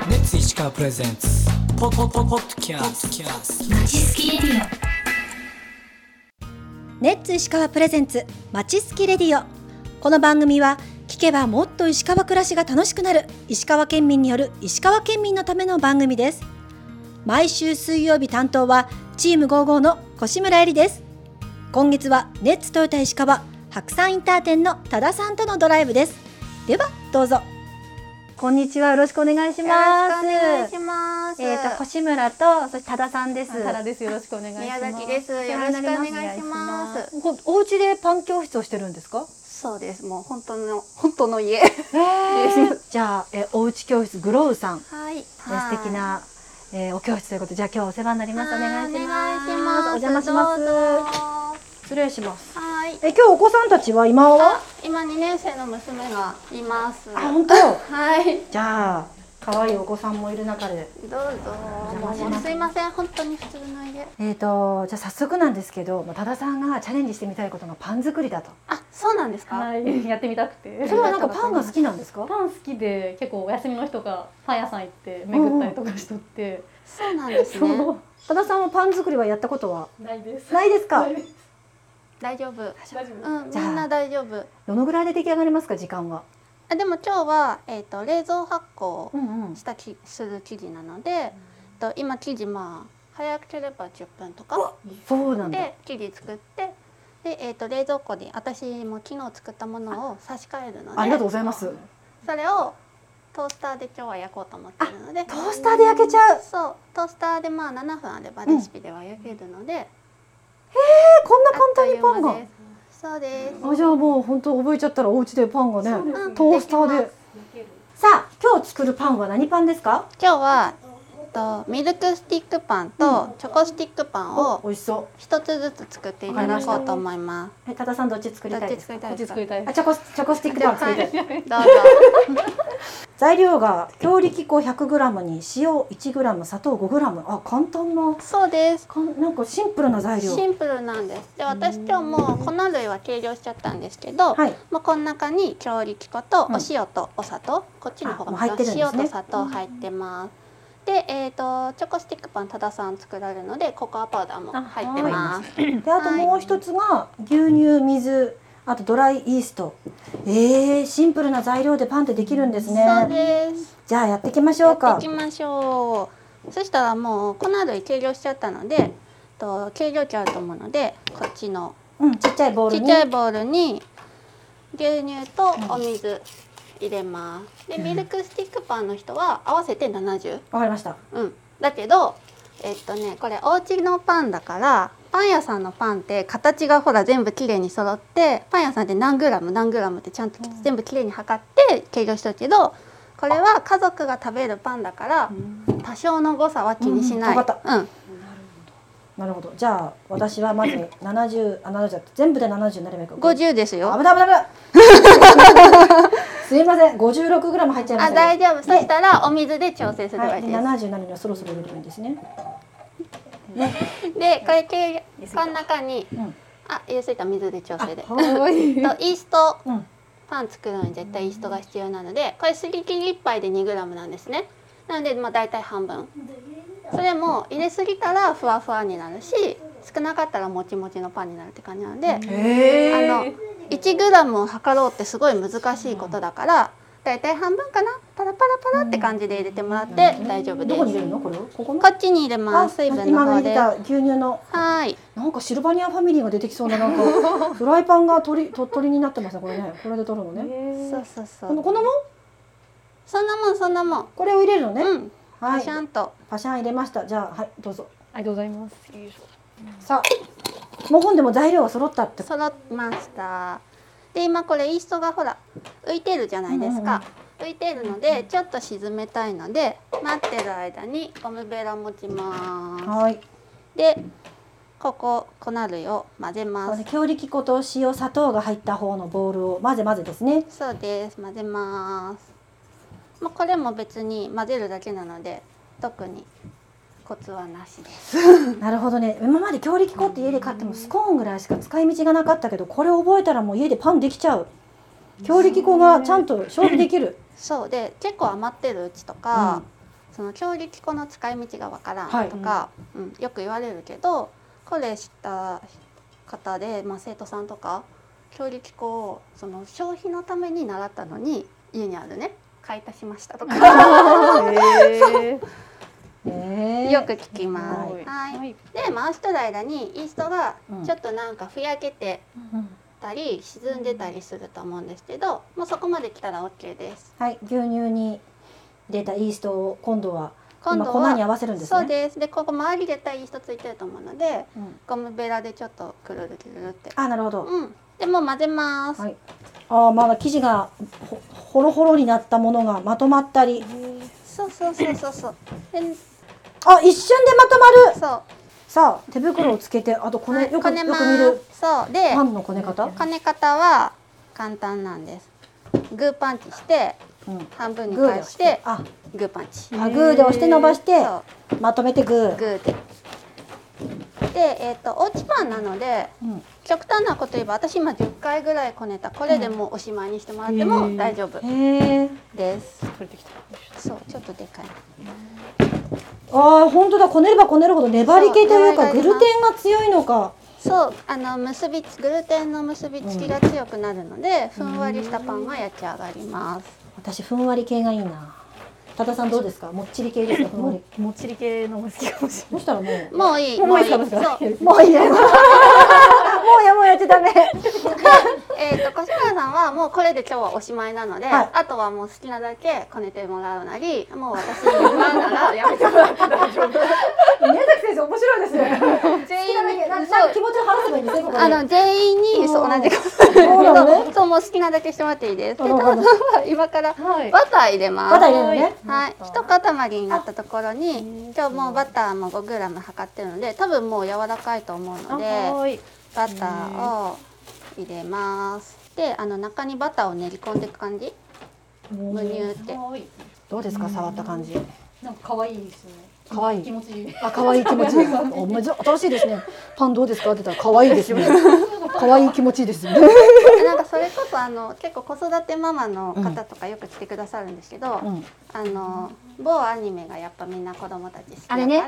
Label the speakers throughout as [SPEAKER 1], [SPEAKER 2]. [SPEAKER 1] ープレゼンツポポポポッドキャスト
[SPEAKER 2] レッツ石川プレゼンツまちすきレディオこの番組は聞けばもっと石川暮らしが楽しくなる石川県民による石川県民のための番組です毎週水曜日担当はチーム55の越村恵里です今月はレッツトヨタ石川白山インター店の多田さんとのドライブですではどうぞこんにちはよろしくお願いし
[SPEAKER 3] よろしくお
[SPEAKER 2] ます
[SPEAKER 3] 願いします。
[SPEAKER 2] えっ、と越村とそして多田さんです
[SPEAKER 4] 原です。よろしくお願いします。
[SPEAKER 3] 宮崎です。よろしくお願いします。
[SPEAKER 2] こお家でパン教室をしてるんですか
[SPEAKER 3] そうです。もう本当の本当の家。
[SPEAKER 2] じゃあ、えおうち教室グロウさん、
[SPEAKER 3] はい。
[SPEAKER 2] え素敵な、えーお教室ということでじゃあ今日はお世話になりますお願いします
[SPEAKER 3] はいお願いしま
[SPEAKER 2] お
[SPEAKER 3] す。
[SPEAKER 2] 邪魔しま
[SPEAKER 3] どうぞ
[SPEAKER 2] す失礼します
[SPEAKER 3] はい。
[SPEAKER 2] え今日お子さんたちは今は
[SPEAKER 3] あ、今二年生の娘がいます。
[SPEAKER 2] あ本当
[SPEAKER 3] はい。
[SPEAKER 2] じゃあ可愛いお子さんもいる中で
[SPEAKER 3] どうぞ。
[SPEAKER 2] 邪魔します
[SPEAKER 3] すいません。本当に普通の家。
[SPEAKER 2] えーとじゃあ早速なんですけどまあ多田さんがチャレンジしてみたいことがパン作りだと
[SPEAKER 3] あ、そうなんですか。
[SPEAKER 4] はい、 やってみたくて。
[SPEAKER 2] それはなんかパンが好きなんですか
[SPEAKER 4] パン好きで結構お休みの日とかパン屋さん行って巡ったりとかしとって、
[SPEAKER 3] そうなんです
[SPEAKER 4] そ
[SPEAKER 3] ね。
[SPEAKER 4] う
[SPEAKER 2] 多田さんはパン作りはやったことは
[SPEAKER 4] ないです。
[SPEAKER 2] ないですか
[SPEAKER 4] ないです
[SPEAKER 3] 大丈夫。
[SPEAKER 4] 大丈夫。
[SPEAKER 3] うん、み
[SPEAKER 2] じゃあ
[SPEAKER 3] んな大丈夫。
[SPEAKER 2] どのぐらいで出来上がりますか時間は
[SPEAKER 3] あ、でも今日はえっ、と冷蔵発酵。
[SPEAKER 2] んうん
[SPEAKER 3] したきする生地なので、と今生地まあ早ければ10分とか
[SPEAKER 2] そうなんだ
[SPEAKER 3] で生地作ってで、えー、と冷蔵庫に私も昨日作ったものを差し替えるので
[SPEAKER 2] ありがとうございます
[SPEAKER 3] それをトースターで今日は焼こうと思ってるので
[SPEAKER 2] トースターで焼けちゃう
[SPEAKER 3] そうトースターでまあ7分あればレシピでは焼けるので、
[SPEAKER 2] えこんな
[SPEAKER 3] あ
[SPEAKER 2] 簡
[SPEAKER 3] っと
[SPEAKER 2] 単
[SPEAKER 3] い
[SPEAKER 2] に
[SPEAKER 3] う
[SPEAKER 2] パン
[SPEAKER 3] 間
[SPEAKER 2] が
[SPEAKER 3] ですそうです、
[SPEAKER 2] あじゃあもう本当覚えちゃったらお家でパンがね
[SPEAKER 4] そうです
[SPEAKER 3] うん
[SPEAKER 2] トースターで
[SPEAKER 3] きます
[SPEAKER 2] さあ今日作るパンは何パンですか
[SPEAKER 3] 今日は、えっと、ミルクスティックパンとチョコスティックパンを
[SPEAKER 2] 美味しそ
[SPEAKER 3] 一つずつ作っていただこうと思います
[SPEAKER 2] うえ多田さんどっち作り
[SPEAKER 3] ど
[SPEAKER 2] た
[SPEAKER 3] っ
[SPEAKER 2] い
[SPEAKER 3] ち
[SPEAKER 2] です
[SPEAKER 3] 作
[SPEAKER 2] か
[SPEAKER 3] りた
[SPEAKER 4] こ
[SPEAKER 3] いですか
[SPEAKER 4] っち作りたい
[SPEAKER 2] あ。チョコスチョコスティックパン作りたい
[SPEAKER 3] どうぞ。
[SPEAKER 2] 材料が強力粉 100g に塩 1g 砂糖 5g あ簡単な
[SPEAKER 3] そうです。
[SPEAKER 2] かんなんかシンプルな材料
[SPEAKER 3] シンプルなんです。で、私今日もう粉類は計量しちゃったんですけど、
[SPEAKER 2] はい
[SPEAKER 3] まあこの中に強力粉と
[SPEAKER 2] うん
[SPEAKER 3] お塩とお砂糖、こっちの方
[SPEAKER 2] あも
[SPEAKER 3] が
[SPEAKER 2] う入ってるんですね
[SPEAKER 3] 塩と砂糖入ってます。で、えっ、とチョコスティックパン多田さん作られるのでココアパウダーも入ってます。
[SPEAKER 2] であともう一つが牛乳水あとドライイーストえー、シンプルな材料でパンってできるんです
[SPEAKER 3] そう
[SPEAKER 2] ね
[SPEAKER 3] です。
[SPEAKER 2] じゃあやっていきまし
[SPEAKER 3] や
[SPEAKER 2] ょう
[SPEAKER 3] って
[SPEAKER 2] か
[SPEAKER 3] いきましょう。そしたらもう粉類計量しちゃったので、と計量器あると思うので、こっちの
[SPEAKER 2] うんちっちゃいボウル
[SPEAKER 3] ち
[SPEAKER 2] に
[SPEAKER 3] っちゃいボウルに牛乳とお水入れます。でミルクスティックパンの人は合わせて70。
[SPEAKER 2] わかりました
[SPEAKER 3] うん。だけどえっとねこれお家のパンだからパン屋さんのパンって形がほら全部きれいに揃ってパン屋さんって何グラム何グラムってちゃんと全部きれいに測って計量しとるけど。これは家族が食べるパンだから多少の誤差は気にしない。
[SPEAKER 2] うんわかっ
[SPEAKER 3] うん、
[SPEAKER 2] なるほど。じゃあ私はまず70あ70だった全部で70になるべく。
[SPEAKER 3] 五。十ですよ
[SPEAKER 2] 危。ない危ない危ないすい ません。56グラム入っちゃいまし
[SPEAKER 3] あ、
[SPEAKER 2] た、
[SPEAKER 3] 大丈夫。そし
[SPEAKER 2] で
[SPEAKER 3] たらお水で調整すれば
[SPEAKER 2] はい
[SPEAKER 3] い
[SPEAKER 2] い。
[SPEAKER 3] で。
[SPEAKER 2] です70になるにはそろそろ入れるんですね。
[SPEAKER 3] でこれ計この中に、
[SPEAKER 2] ん
[SPEAKER 3] あ入れすぎた水で調整で。と
[SPEAKER 2] はい
[SPEAKER 3] イースト
[SPEAKER 2] うん。
[SPEAKER 3] パン作るのに絶対イーストが必要なのでこれすり切り1杯で 2g なんですね。なのでまあ大体半分。それも入れすぎたらふわふわになるし少なかったらもちもちのパンになるって感じなので、あ
[SPEAKER 2] え
[SPEAKER 3] の 1g を測ろうってすごい難しいことだから大体半分かなパラパラパラって感じで入れてもらって大丈夫で
[SPEAKER 2] どこに
[SPEAKER 3] す。
[SPEAKER 2] 入れ
[SPEAKER 3] こ
[SPEAKER 2] るのこれを？ここ
[SPEAKER 3] っちに入れ
[SPEAKER 2] あ
[SPEAKER 3] ます水分
[SPEAKER 2] 今
[SPEAKER 3] の
[SPEAKER 2] の
[SPEAKER 3] 方
[SPEAKER 2] 入れ
[SPEAKER 3] で。
[SPEAKER 2] た
[SPEAKER 3] は
[SPEAKER 2] 牛乳の
[SPEAKER 3] ーい。
[SPEAKER 2] なんかシルバニアファミリーが出てきそうななん かフライパンが鳥鳥鳥になってますねこれねこれで取るのね。
[SPEAKER 3] そうそうそ
[SPEAKER 2] この
[SPEAKER 3] う。
[SPEAKER 2] このもん
[SPEAKER 3] そんなもんそんなもん。
[SPEAKER 2] これを入れるのね。
[SPEAKER 3] うん。
[SPEAKER 2] はい
[SPEAKER 3] ち。ゃんと。
[SPEAKER 2] パシャン入れました。じゃあはいどうぞ。
[SPEAKER 4] ありがとうございます。
[SPEAKER 2] さあもう本でも材料が揃ったって
[SPEAKER 3] 揃いました。で今これイーストがほら浮いてるじゃないですか。浮いてるのでちょっと沈めたいので待ってる間にゴムベラ持ちま
[SPEAKER 2] はい。
[SPEAKER 3] す。でここ粉類を混ぜ
[SPEAKER 2] そ
[SPEAKER 3] ま
[SPEAKER 2] うですす。強力粉と塩砂糖が入った方のボウルを混ぜ混ぜですね
[SPEAKER 3] そうです。混ぜます。まあこれも別に混ぜるだけなので特にコツはなしです。
[SPEAKER 2] なるほどね今まで強力粉って家で買ってもスコーンぐらいしか使い道がなかったけどこれ覚えたらもう家でパンできちゃう強力粉がちゃんと消費できる
[SPEAKER 3] そうで結構余ってるうちとか、その強力粉の使い道がわから
[SPEAKER 4] はい
[SPEAKER 3] んとか、うんよく言われるけどこれ知った方で、まあ、生徒さんとか強力粉をその消費のために習ったのに家にあるね買い足しましたと か
[SPEAKER 4] へ
[SPEAKER 2] え
[SPEAKER 3] よく聞きます。
[SPEAKER 4] はい。
[SPEAKER 3] はい
[SPEAKER 4] はい。
[SPEAKER 3] で回してる間にイーストが
[SPEAKER 4] うん
[SPEAKER 3] ちょっとなんかふやけてたり沈んでたりすると思うんですけどもうそこまで来たら OK です。
[SPEAKER 2] はい牛乳に入れたイーストを今度は
[SPEAKER 3] 今度
[SPEAKER 2] 今
[SPEAKER 3] は
[SPEAKER 2] 粉に合わせるんですね
[SPEAKER 3] そうですでここ周り絶対イーストついてると思うので
[SPEAKER 4] うん
[SPEAKER 3] ゴムベラでちょっとくるるくるるって。
[SPEAKER 2] あなるほど、
[SPEAKER 3] うん。でもう混ぜます。
[SPEAKER 2] はいあーまだ生地がほほろほろになったものがまとまったり
[SPEAKER 3] そうそうそうそうそう。で
[SPEAKER 2] あ一瞬でまとまる
[SPEAKER 3] そう。
[SPEAKER 2] さあ手袋をつけてあとこ
[SPEAKER 3] は
[SPEAKER 2] ね
[SPEAKER 3] い
[SPEAKER 2] よく
[SPEAKER 3] こ
[SPEAKER 2] よく
[SPEAKER 3] ね
[SPEAKER 2] 見
[SPEAKER 3] ます
[SPEAKER 2] る
[SPEAKER 3] そうで
[SPEAKER 2] パンのこね方
[SPEAKER 3] こね方は簡単なんです。グーパンチして
[SPEAKER 2] うん
[SPEAKER 3] 半分に
[SPEAKER 2] グーで
[SPEAKER 3] 返
[SPEAKER 2] 押
[SPEAKER 3] し
[SPEAKER 2] して
[SPEAKER 3] て
[SPEAKER 2] あ
[SPEAKER 3] グーパンチ。
[SPEAKER 2] あグーで押して伸ばして
[SPEAKER 3] そう。
[SPEAKER 2] まとめてグー
[SPEAKER 3] グーで。で、えっ、と、おうちパンなので、
[SPEAKER 2] うん
[SPEAKER 3] 極端なこと言えば、私今10回ぐらいこねた、これでもうおしまいにしてもらって
[SPEAKER 4] う
[SPEAKER 3] も
[SPEAKER 4] ん
[SPEAKER 3] 大丈夫
[SPEAKER 2] へえ
[SPEAKER 3] です。
[SPEAKER 4] 取れてきた。
[SPEAKER 3] そう、ちょっとでかい。
[SPEAKER 2] あー本当だこねればこねるほど粘り気というか
[SPEAKER 3] そう
[SPEAKER 2] グルテンが強いのか
[SPEAKER 3] そう、あの結びつ、グルテンの結びつきが強くなるので、ふんわりしたパンが焼き上がります。
[SPEAKER 2] 私ふんわり系がいいな多田さんどうですかもっちり系ですかふんわり
[SPEAKER 4] もっちり系の方が好きかもしれ
[SPEAKER 2] そしたらもう
[SPEAKER 3] もういい、
[SPEAKER 4] ない。もういい
[SPEAKER 3] そ
[SPEAKER 4] か
[SPEAKER 3] う
[SPEAKER 4] もしれない。
[SPEAKER 2] もういいです。もうやもうやっちゃダメ。
[SPEAKER 3] えっ、と、小島さんはもうこれで今日はおしまいなので、
[SPEAKER 2] はい
[SPEAKER 3] あとはもう好きなだけこねてもらうなり、もう私に言わんならやめてもらって大丈夫。
[SPEAKER 2] 宮崎先生面白いですね。
[SPEAKER 3] 全
[SPEAKER 2] なん
[SPEAKER 3] そう
[SPEAKER 2] か気持ちを話せばいいんですね。ここ
[SPEAKER 3] あ
[SPEAKER 2] に
[SPEAKER 3] の全員にそう
[SPEAKER 2] うん
[SPEAKER 3] 同じこと
[SPEAKER 2] そうなのね
[SPEAKER 3] そうそうもう好きなだけしてもらっていいです。で、
[SPEAKER 2] なる
[SPEAKER 3] 多
[SPEAKER 2] ほど
[SPEAKER 3] 分 今から
[SPEAKER 4] はい。
[SPEAKER 3] バター入れます。
[SPEAKER 2] バター入れるのね。
[SPEAKER 3] はい、一塊になったところに今日もうバターも 5g 測ってるので多分もう柔らかいと思うので
[SPEAKER 4] はい。
[SPEAKER 3] バターを入れますであの中にバターを練り込んでいく感じ無乳って
[SPEAKER 4] はい。
[SPEAKER 2] どうですか触った感じ。
[SPEAKER 4] なんか可愛いですね。
[SPEAKER 2] 可愛い
[SPEAKER 4] 気持ちいい。
[SPEAKER 2] あ可愛い気持ちです。おめず新しいですね。パンどうですかって言ったら可愛いです ね。可愛い気持ちいいですね。
[SPEAKER 3] なんかそれこそあの結構子育てママの方とかよく来てくださるんですけど、
[SPEAKER 2] うん
[SPEAKER 3] あの某アニメがやっぱみんな子供たち好きだか
[SPEAKER 2] あ
[SPEAKER 3] ら
[SPEAKER 2] れね
[SPEAKER 3] うん、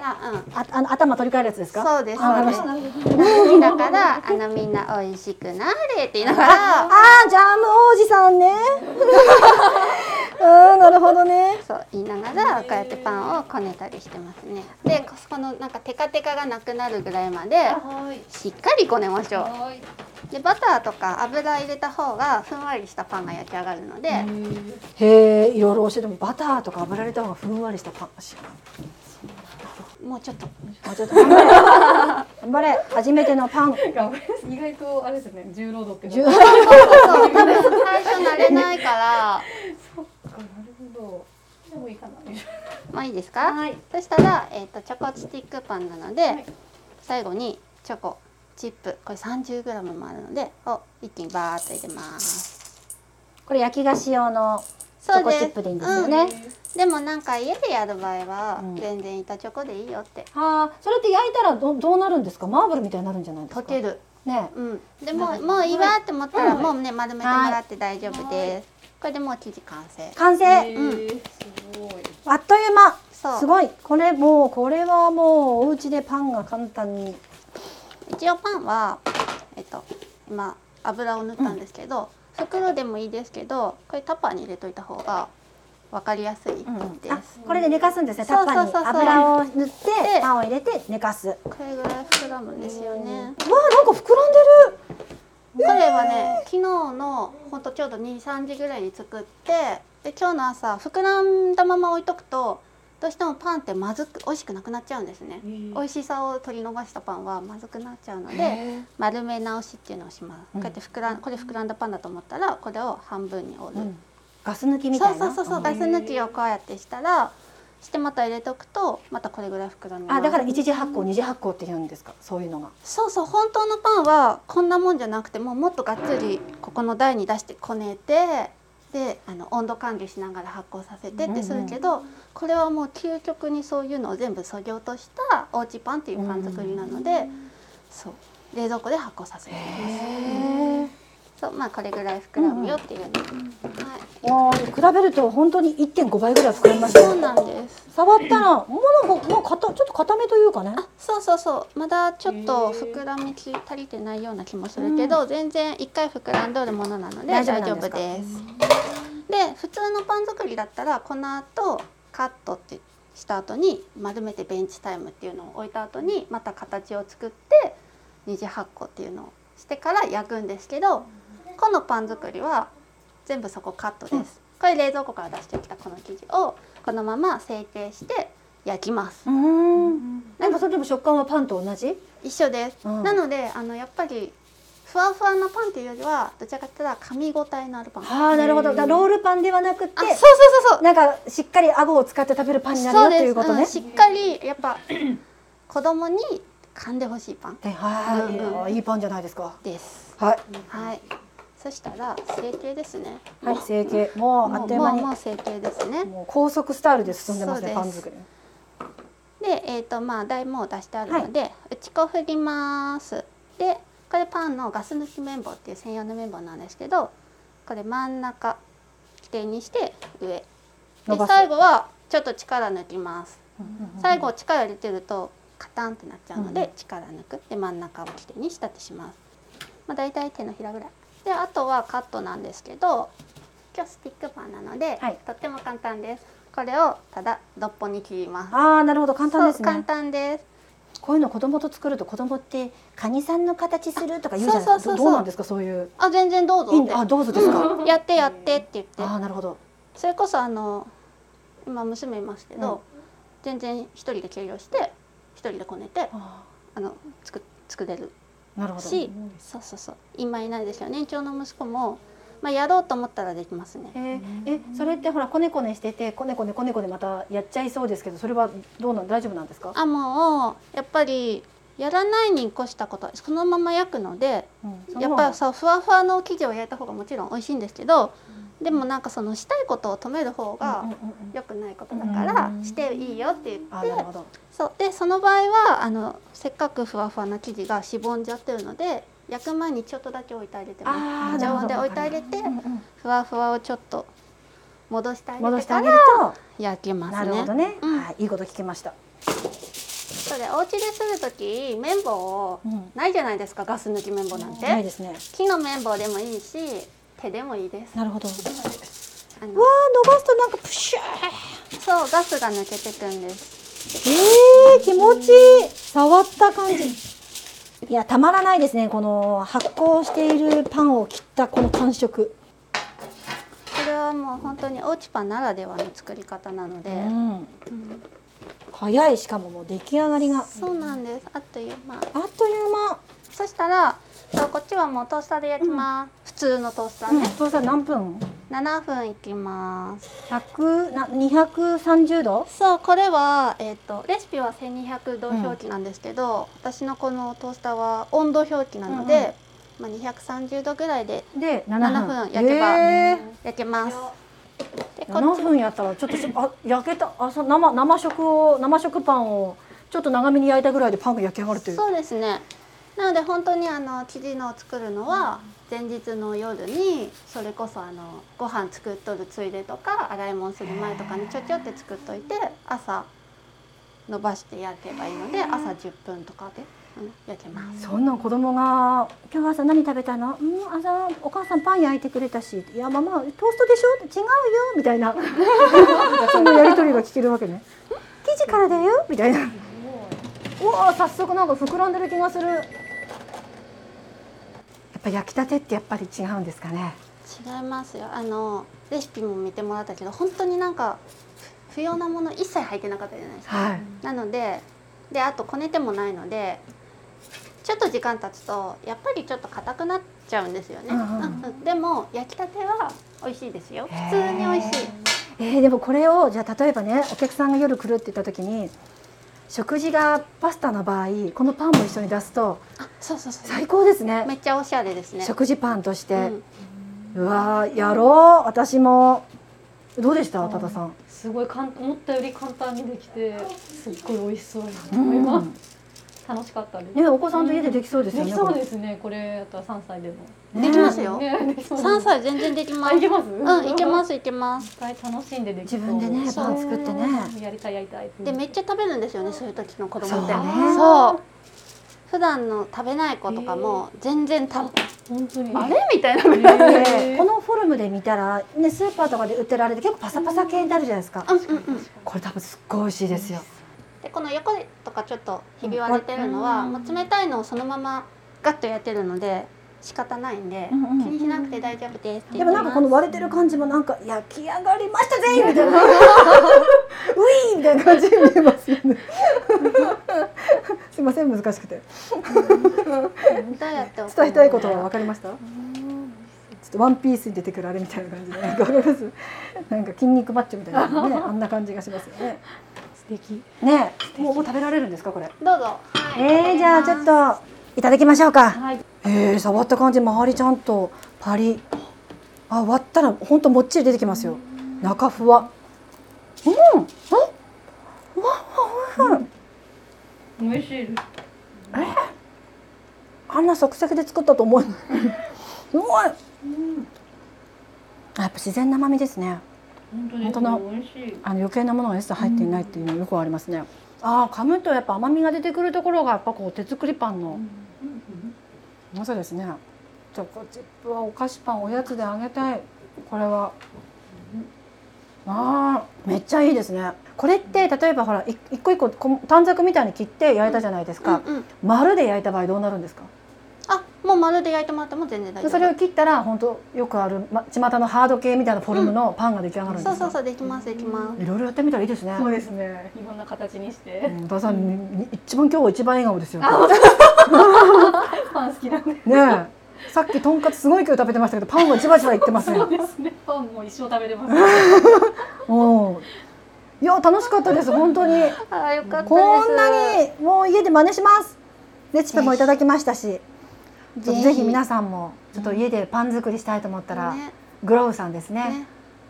[SPEAKER 2] ああの頭取り替えるやつですか。
[SPEAKER 3] そうです
[SPEAKER 2] あわかりまし
[SPEAKER 3] そう
[SPEAKER 2] た。
[SPEAKER 3] です好きだからあのみんな美味しくなれって言いなが ら
[SPEAKER 2] あージャム王子さんね。 うんなるほどね。
[SPEAKER 3] そう言いながらこうやってパンをこねたりしてますねでここのなんかテカテカがなくなるぐらいまで
[SPEAKER 4] はい。
[SPEAKER 3] しっかりこねましょ
[SPEAKER 4] はい。
[SPEAKER 3] うでバターとか油入れた方がふんわりしたパンが焼き上がるので
[SPEAKER 2] へえいろいろ教えてもバターとか油入れた方がふんわりしたパン。
[SPEAKER 3] もうちょっと
[SPEAKER 2] もうちょっと頑張れ頑張れ初めてのパン
[SPEAKER 4] 頑張ります。意外とあれですね。重労働って。
[SPEAKER 2] 重
[SPEAKER 4] そ
[SPEAKER 3] そうそう多分最初慣れないから
[SPEAKER 4] っか。なるほど。でもいいかな。
[SPEAKER 3] もういいですか、
[SPEAKER 4] はい
[SPEAKER 3] そしたら、えー、とチョコスティックパンなので、
[SPEAKER 4] はい
[SPEAKER 3] 最後にチョコチップこれ 30g もあるのでを一気にバーッと入れます
[SPEAKER 2] これ焼き菓子用のチ
[SPEAKER 3] そ
[SPEAKER 2] ョ
[SPEAKER 3] う
[SPEAKER 2] コ
[SPEAKER 3] で
[SPEAKER 2] チ
[SPEAKER 3] す
[SPEAKER 2] ップでいいんですよ
[SPEAKER 3] う
[SPEAKER 2] ね、
[SPEAKER 3] でもなんか家でやる場合は
[SPEAKER 2] うん
[SPEAKER 3] 全然板チョコでいいよって
[SPEAKER 2] はあそれって焼いたらどどうなるんですかマーブルみたいになるんじゃないですか
[SPEAKER 3] 溶ける
[SPEAKER 2] ね
[SPEAKER 3] うんでもうもういいわって思ったらもうね丸めてもらって大丈夫
[SPEAKER 4] は
[SPEAKER 3] ですこれでもう生地完成
[SPEAKER 2] 完成、
[SPEAKER 4] へ
[SPEAKER 3] うん
[SPEAKER 4] ーすごい。
[SPEAKER 2] あっという間
[SPEAKER 3] そう
[SPEAKER 2] すごいこれもうこれはもうお家でパンが簡単に
[SPEAKER 3] 一応パンはえっと今油を塗ったんですけど、袋でもいいですけどこれタッパーに入れといた方が分かりやすいです、
[SPEAKER 2] あこれで寝かすんですね
[SPEAKER 3] そ
[SPEAKER 2] タ
[SPEAKER 3] う
[SPEAKER 2] ッパーに
[SPEAKER 3] そうそうそう
[SPEAKER 2] 油を塗って
[SPEAKER 3] で
[SPEAKER 2] パンを入れて寝かすわ
[SPEAKER 3] これぐらい膨らむんですよね
[SPEAKER 2] あなんか膨らんでる
[SPEAKER 3] これはね昨日のほんとちょうど23時ぐらいに作ってで今日の朝膨らんだまま置いとくとどうしてもパンってまずく美味しくなくなっちゃうんですね美味しさを取り逃したパンはまずくなっちゃうので丸め直しっていうのをします、
[SPEAKER 2] うん
[SPEAKER 3] こうやって膨らんこれ膨らんだパンだと思ったらこれを半分に折る、
[SPEAKER 2] うんガス抜きみた
[SPEAKER 3] そう
[SPEAKER 2] いな
[SPEAKER 3] そうそうそううんガス抜きをこうやってしたらしてまた入れとくとまたこれぐらい膨らみます
[SPEAKER 2] あだから一次発酵二次発酵って言うんですかそういうのが
[SPEAKER 3] そうそう本当のパンはこんなもんじゃなくてもうもっとがっつりここの台に出してこねてであの温度管理しながら発酵させてってするけど、これはもう究極にそういうのを全部削ぎ落としたおうちパンっていうパン作りなので、そう冷蔵庫で発酵させる
[SPEAKER 2] へえ
[SPEAKER 3] そうまあこれぐらい膨らむよっていうの、はい
[SPEAKER 2] あー比べると本当に1.5倍ぐらい膨らみました
[SPEAKER 3] そうなんです
[SPEAKER 2] 触ったらものがもうかたちょっと固めというかね
[SPEAKER 3] あそうそうそうまだちょっと膨らみき足りてないような気もするけど、全然一回膨らんどるものなので
[SPEAKER 2] 大
[SPEAKER 3] 大
[SPEAKER 2] 丈
[SPEAKER 3] 丈
[SPEAKER 2] 夫なんです
[SPEAKER 3] 夫
[SPEAKER 2] か
[SPEAKER 3] です。で普通のパン作りだったら粉とカットってした後に丸めてベンチタイムっていうのを置いた後にまた形を作って二次発酵っていうのをしてから焼くんですけどこのパン作りは全部そこカットです。これ冷蔵庫から出してきたこの生地をこのまま成形して焼きます。
[SPEAKER 2] うんなんかそれでも食感はパンと同じ
[SPEAKER 3] 一緒です、
[SPEAKER 2] うん
[SPEAKER 3] なのであのやっぱりふわふわなパンっていうよりはどちらかというと噛み応えのあるパンあ
[SPEAKER 2] ああなるほどだからロールパンではなくて
[SPEAKER 3] そうそうそうそう
[SPEAKER 2] なんかしっかり顎を使って食べるパンになるよ
[SPEAKER 3] そう
[SPEAKER 2] と
[SPEAKER 3] です
[SPEAKER 2] いうことね
[SPEAKER 3] ん、しっかりやっぱ子供に噛んでほしいパン
[SPEAKER 2] ではい、
[SPEAKER 3] うんうん
[SPEAKER 2] いやいいパンじゃないですか
[SPEAKER 3] です
[SPEAKER 2] はい
[SPEAKER 3] はいそしたら成形ですね
[SPEAKER 2] はい成形もうあ
[SPEAKER 3] も
[SPEAKER 2] っ
[SPEAKER 3] う
[SPEAKER 2] という
[SPEAKER 3] もう
[SPEAKER 2] 間に
[SPEAKER 3] もう成形ですね
[SPEAKER 2] もう高速スタイルで進んでますね
[SPEAKER 3] そ
[SPEAKER 2] パ
[SPEAKER 3] う
[SPEAKER 2] ン
[SPEAKER 3] で
[SPEAKER 2] 作
[SPEAKER 3] す
[SPEAKER 2] り
[SPEAKER 3] でえっ、とまあ台もう出してあるので、打ち粉振りますでこれパンのガス抜き綿棒っていう専用の綿棒なんですけどこれ真ん中起点にして上
[SPEAKER 2] 伸
[SPEAKER 3] で
[SPEAKER 2] ばす
[SPEAKER 3] 最後はちょっと力抜きます最後力入れてるとカタンってなっちゃうので、
[SPEAKER 2] うん
[SPEAKER 3] 力抜くで真ん中を起点に仕立てします、まあ、大体手のひらぐらいであとはカットなんですけど今日スティックパンなので、
[SPEAKER 2] はい
[SPEAKER 3] とっても簡単ですこれをただドッポに切ります
[SPEAKER 2] ああなるほど簡単です
[SPEAKER 3] そう
[SPEAKER 2] ね
[SPEAKER 3] 簡単です
[SPEAKER 2] こういうの子供と作ると子供ってカニさんの形するとか言うじゃないです
[SPEAKER 3] そ
[SPEAKER 2] か
[SPEAKER 3] うそうそうそう
[SPEAKER 2] どどうなんですかそういう
[SPEAKER 3] あ全然どうぞ
[SPEAKER 2] いい
[SPEAKER 3] っ
[SPEAKER 2] ん
[SPEAKER 3] て
[SPEAKER 2] あどうぞですか
[SPEAKER 3] やってやってって言って
[SPEAKER 2] ああなるほど
[SPEAKER 3] それこそあの今娘いますけど、
[SPEAKER 2] うん
[SPEAKER 3] 全然一人で計量して一人でこねて
[SPEAKER 2] あ
[SPEAKER 3] あの作作れる
[SPEAKER 2] ーなるほど
[SPEAKER 3] しそうそうそう今いないですよ年長の息子も、まあ、やろうと思ったらできますね
[SPEAKER 2] えーえそれってほらこねこねしててこねこねこねこねまたやっちゃいそうですけどそれはどうなん大丈夫なんですか、
[SPEAKER 3] あもうやっぱりやらないに越したことはそのまま焼くので
[SPEAKER 2] うん
[SPEAKER 3] やっぱりそうふわふわの生地を焼いた方がもちろん美味しいんですけどでもなんかそのしたいことを止める方が
[SPEAKER 2] うんうんうん
[SPEAKER 3] 良くないことだからしていいよって言
[SPEAKER 2] あ
[SPEAKER 3] っ
[SPEAKER 2] ーな
[SPEAKER 3] て
[SPEAKER 2] るほど
[SPEAKER 3] そうでその場合はあのせっかくふわふわな生地がしぼんじゃってるので焼く前にちょっとだけ置いてあげて
[SPEAKER 2] あーな
[SPEAKER 3] ます
[SPEAKER 2] る
[SPEAKER 3] 常
[SPEAKER 2] ほ
[SPEAKER 3] 温
[SPEAKER 2] ど
[SPEAKER 3] で置いてあげて
[SPEAKER 2] うんうん
[SPEAKER 3] ふわふわをちょっと戻してあげ
[SPEAKER 2] 戻
[SPEAKER 3] て
[SPEAKER 2] してあ
[SPEAKER 3] か
[SPEAKER 2] げる
[SPEAKER 3] ら
[SPEAKER 2] と
[SPEAKER 3] 焼きますね
[SPEAKER 2] なるほどね、
[SPEAKER 3] うん
[SPEAKER 2] はいいいこと聞きました、
[SPEAKER 3] それお家でする時綿棒を
[SPEAKER 2] うん
[SPEAKER 3] ないじゃないですかガス抜き綿棒な
[SPEAKER 2] な
[SPEAKER 3] ん
[SPEAKER 2] い
[SPEAKER 3] て
[SPEAKER 2] ですね
[SPEAKER 3] 木の綿棒でもいいし手でもいいです
[SPEAKER 2] なるほどわ
[SPEAKER 3] あの
[SPEAKER 2] あ伸ばすとなんかプシュー
[SPEAKER 3] そうガスが抜けてくんです
[SPEAKER 2] えー、気持ちいい触った感じいやたまらないですねこの発酵しているパンを切ったこの感触、
[SPEAKER 3] これはもう本当におうちパンならではの作り方なので、
[SPEAKER 2] うん、
[SPEAKER 3] うん
[SPEAKER 2] 早いしかももう出来上がりが
[SPEAKER 3] そうなんですあっという間
[SPEAKER 2] あっという間
[SPEAKER 3] そしたらそうこっちはもうトースターで焼きます、普通のトースター
[SPEAKER 2] うん、
[SPEAKER 3] ね、
[SPEAKER 2] それさ何分
[SPEAKER 3] 7分いきます
[SPEAKER 2] 100な230度
[SPEAKER 3] そうこれは、えっとレシピは1200度表記なんですけど、私のこのトースターは温度表記なので、まあ、230度ぐらいで
[SPEAKER 2] で7分
[SPEAKER 3] 7分焼けば
[SPEAKER 2] えー
[SPEAKER 3] 焼けますでこ
[SPEAKER 2] 7
[SPEAKER 3] っち
[SPEAKER 2] 分やったらちょっとしあ焼けたあそう生生食を生食パンをちょっと長めに焼いたぐらいでパンが焼き上がるという
[SPEAKER 3] そうですねなので本当にあの生地のを作るのは前日の夜にそれこそあのご飯作っとるついでとか洗い物する前とかにちょちょって作っといて朝伸ばして焼けばいいので朝10分とかで、うん、焼けます
[SPEAKER 2] そんなん子供が「今日朝何食べたのうん朝お母さんパン焼いてくれたし」いやママトーストでしょ違うよ」みたいな そのやり取りが聞けるわけね「生地からだよ」みたいなうわー早速なんか膨らんでる気がするやっぱ焼きたてってやっぱり違うんですかね
[SPEAKER 3] 違いますよあのレシピも見てもらったけど本当になんかふ不要なもの一切入ってなかったじゃないですか
[SPEAKER 2] はい
[SPEAKER 3] なのでであとこねてもないのでちょっと時間経つとやっぱりちょっと硬くなっちゃうんですよね、
[SPEAKER 2] うんうん
[SPEAKER 3] うんうんでも焼きたては美味しいですよ
[SPEAKER 2] へー
[SPEAKER 3] 普通に美味しい
[SPEAKER 2] えー、でもこれをじゃあ例えばねお客さんが夜来るって言った時に食事がパスタの場合このパンも一緒に出すと
[SPEAKER 3] あそうそうそう
[SPEAKER 2] 最高ですね
[SPEAKER 3] めっちゃおしゃれですね
[SPEAKER 2] 食事パンとし
[SPEAKER 3] う
[SPEAKER 2] て、
[SPEAKER 3] ん
[SPEAKER 2] うわーやろう私もどうでした多田さん、
[SPEAKER 4] すごい簡単思ったより簡単にできてすっごい美味しそうだなと
[SPEAKER 2] う
[SPEAKER 4] 思い
[SPEAKER 2] ん
[SPEAKER 4] ます、楽しかったです。
[SPEAKER 2] ね、お子さんと家でできそうですよ
[SPEAKER 4] で
[SPEAKER 2] ね。
[SPEAKER 4] きそうですね。これあとは三歳でも。
[SPEAKER 2] ね
[SPEAKER 3] できますよ
[SPEAKER 4] ね、できそうです
[SPEAKER 3] 三。歳全然できま
[SPEAKER 4] あ、
[SPEAKER 3] す
[SPEAKER 4] いけます。。
[SPEAKER 3] うんいけますすいけます
[SPEAKER 4] 一回楽しんでできそう。
[SPEAKER 2] 自分でね
[SPEAKER 4] そう
[SPEAKER 2] パン作ってね。
[SPEAKER 4] やりたいやりたい。
[SPEAKER 3] でめっちゃ食べるんですよねそういう時の子供って
[SPEAKER 2] そうね
[SPEAKER 3] そう普段の食べない子とかも全然食べ
[SPEAKER 4] 本当に。
[SPEAKER 3] あれみたいな感じ
[SPEAKER 4] へー
[SPEAKER 2] ねこのフォルムで見たら、ね、スーパーとかで売ってられて結構パサパサ系になるじゃないですか、
[SPEAKER 3] うんうんうん
[SPEAKER 2] これ多分すっごい美味しいですよ
[SPEAKER 3] でこの横とかちょっとひび割れてるのは、
[SPEAKER 4] うん
[SPEAKER 3] もう冷たいのをそのままガッとやってるので仕方ないんで、
[SPEAKER 2] うんうん
[SPEAKER 3] 気にしなくて大丈夫ですって
[SPEAKER 2] で
[SPEAKER 3] 言って
[SPEAKER 2] もなんかこの割れてる感じもなんか焼き上がりましたぜみたい なウィーンみたいな感じに見えますよね すいません難しくて
[SPEAKER 3] どうやって送るの
[SPEAKER 2] 伝えたいことは分かりましたちょっとワンピースに出てくるあれみたいな感じでなんか分かり ますなんか筋肉マッチョみたい なねあんな感じがしますよね
[SPEAKER 4] 素敵。
[SPEAKER 2] ねえもうもう食べられるんですかこれ
[SPEAKER 3] どうぞはい
[SPEAKER 2] えー、じゃあちょっといただきましょうか
[SPEAKER 4] はい。
[SPEAKER 2] えー、触った感じ周りちゃんとパリあ割ったらほんともっちり出てきますよ中ふわうんえ
[SPEAKER 4] 美味しいです。
[SPEAKER 2] あんな即席で作ったと思う すごいあやっぱ自然な甘みですね
[SPEAKER 4] 本当
[SPEAKER 2] 本当だ
[SPEAKER 4] に美味しい。
[SPEAKER 2] あの余計なものが一切入っていないっていうのよくありますね、ああ噛むとやっぱ甘みが出てくるところがやっぱこう手作りパンのまさですねチョコチップはお菓子パンおやつであげたいこれはあーめっちゃいいですねこれって例えばほらい一個一個こ短冊みたいに切って焼いたじゃないですか、
[SPEAKER 3] うんうん、
[SPEAKER 2] 丸で焼いた場合どうなるんですか
[SPEAKER 3] あもう丸で焼いてもらっても全然大丈夫
[SPEAKER 2] それを切ったら本当よくあるま巷のハード系みたいなフォルムのパンが出来上がるんですか、
[SPEAKER 3] そうそうそうできますできます
[SPEAKER 2] いろいろやってみたらいいですね
[SPEAKER 4] そうですね。いろんな形に して。
[SPEAKER 2] うん、田さん、に一番今日一番笑顔ですよ。
[SPEAKER 4] パン好きなんで。
[SPEAKER 2] ねえ、さっきとんかつすごい今日食べてましたけど、パンはじわじわいってます
[SPEAKER 4] そう
[SPEAKER 2] よ。
[SPEAKER 4] ですね。パンも一生食べれます。
[SPEAKER 2] うん。いや、楽しかったです、本当に。
[SPEAKER 3] あーよかったです
[SPEAKER 2] こんなに、もう家で真似します。レシピもいただきましたし。
[SPEAKER 3] ぜ
[SPEAKER 2] ぜ
[SPEAKER 3] ひ
[SPEAKER 2] ひ皆さんも、ちょっと家でパン作りしたいと思ったら、
[SPEAKER 3] ね
[SPEAKER 2] グロウさんですね。
[SPEAKER 3] ね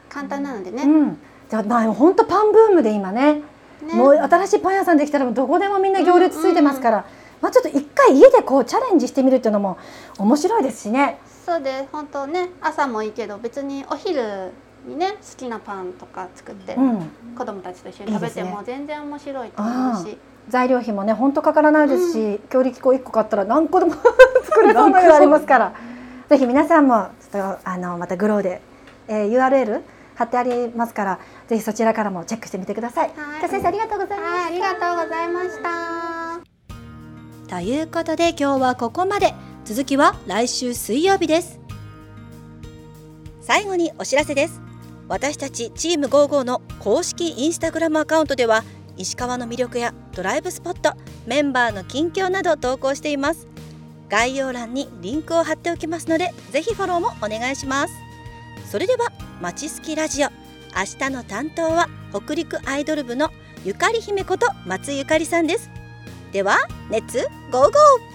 [SPEAKER 3] 簡単なのでね,、
[SPEAKER 2] うん。じゃあ、まあ、本当パンブームで今ね。
[SPEAKER 3] ね
[SPEAKER 2] もう新しいパン屋さんできたらどこでもみんな行列ついてますから、まあ、ちょっと一回家でこうチャレンジしてみるっていうのも面白いですしね。
[SPEAKER 3] そうです本当ね朝もいいけど別にお昼にね好きなパンとか作って、
[SPEAKER 2] うん、
[SPEAKER 3] 子供たちと一緒に食べても全然面白いと思うし
[SPEAKER 2] 材料費もね本当かからないですし、強力粉1個買ったら何個でも 作れそうなぐらいありますからぜひ皆さんもちょっとあのまたグローで、えー URL 貼ってありますからぜひそちらからもチェックしてみてください。
[SPEAKER 3] はい
[SPEAKER 2] じゃあ先生ありがとうございました、
[SPEAKER 3] はいありがとうございました。
[SPEAKER 5] ということで今日はここまで続きは来週水曜日です最後にお知らせです私たちチーム55の公式インスタグラムアカウントでは石川の魅力やドライブスポットメンバーの近況など投稿しています概要欄にリンクを貼っておきますのでぜひフォローもお願いしますそれではまちすきラジオ明日の担当は北陸アイドル部のゆかり姫こと松井ゆかりさんですではレッツゴーゴー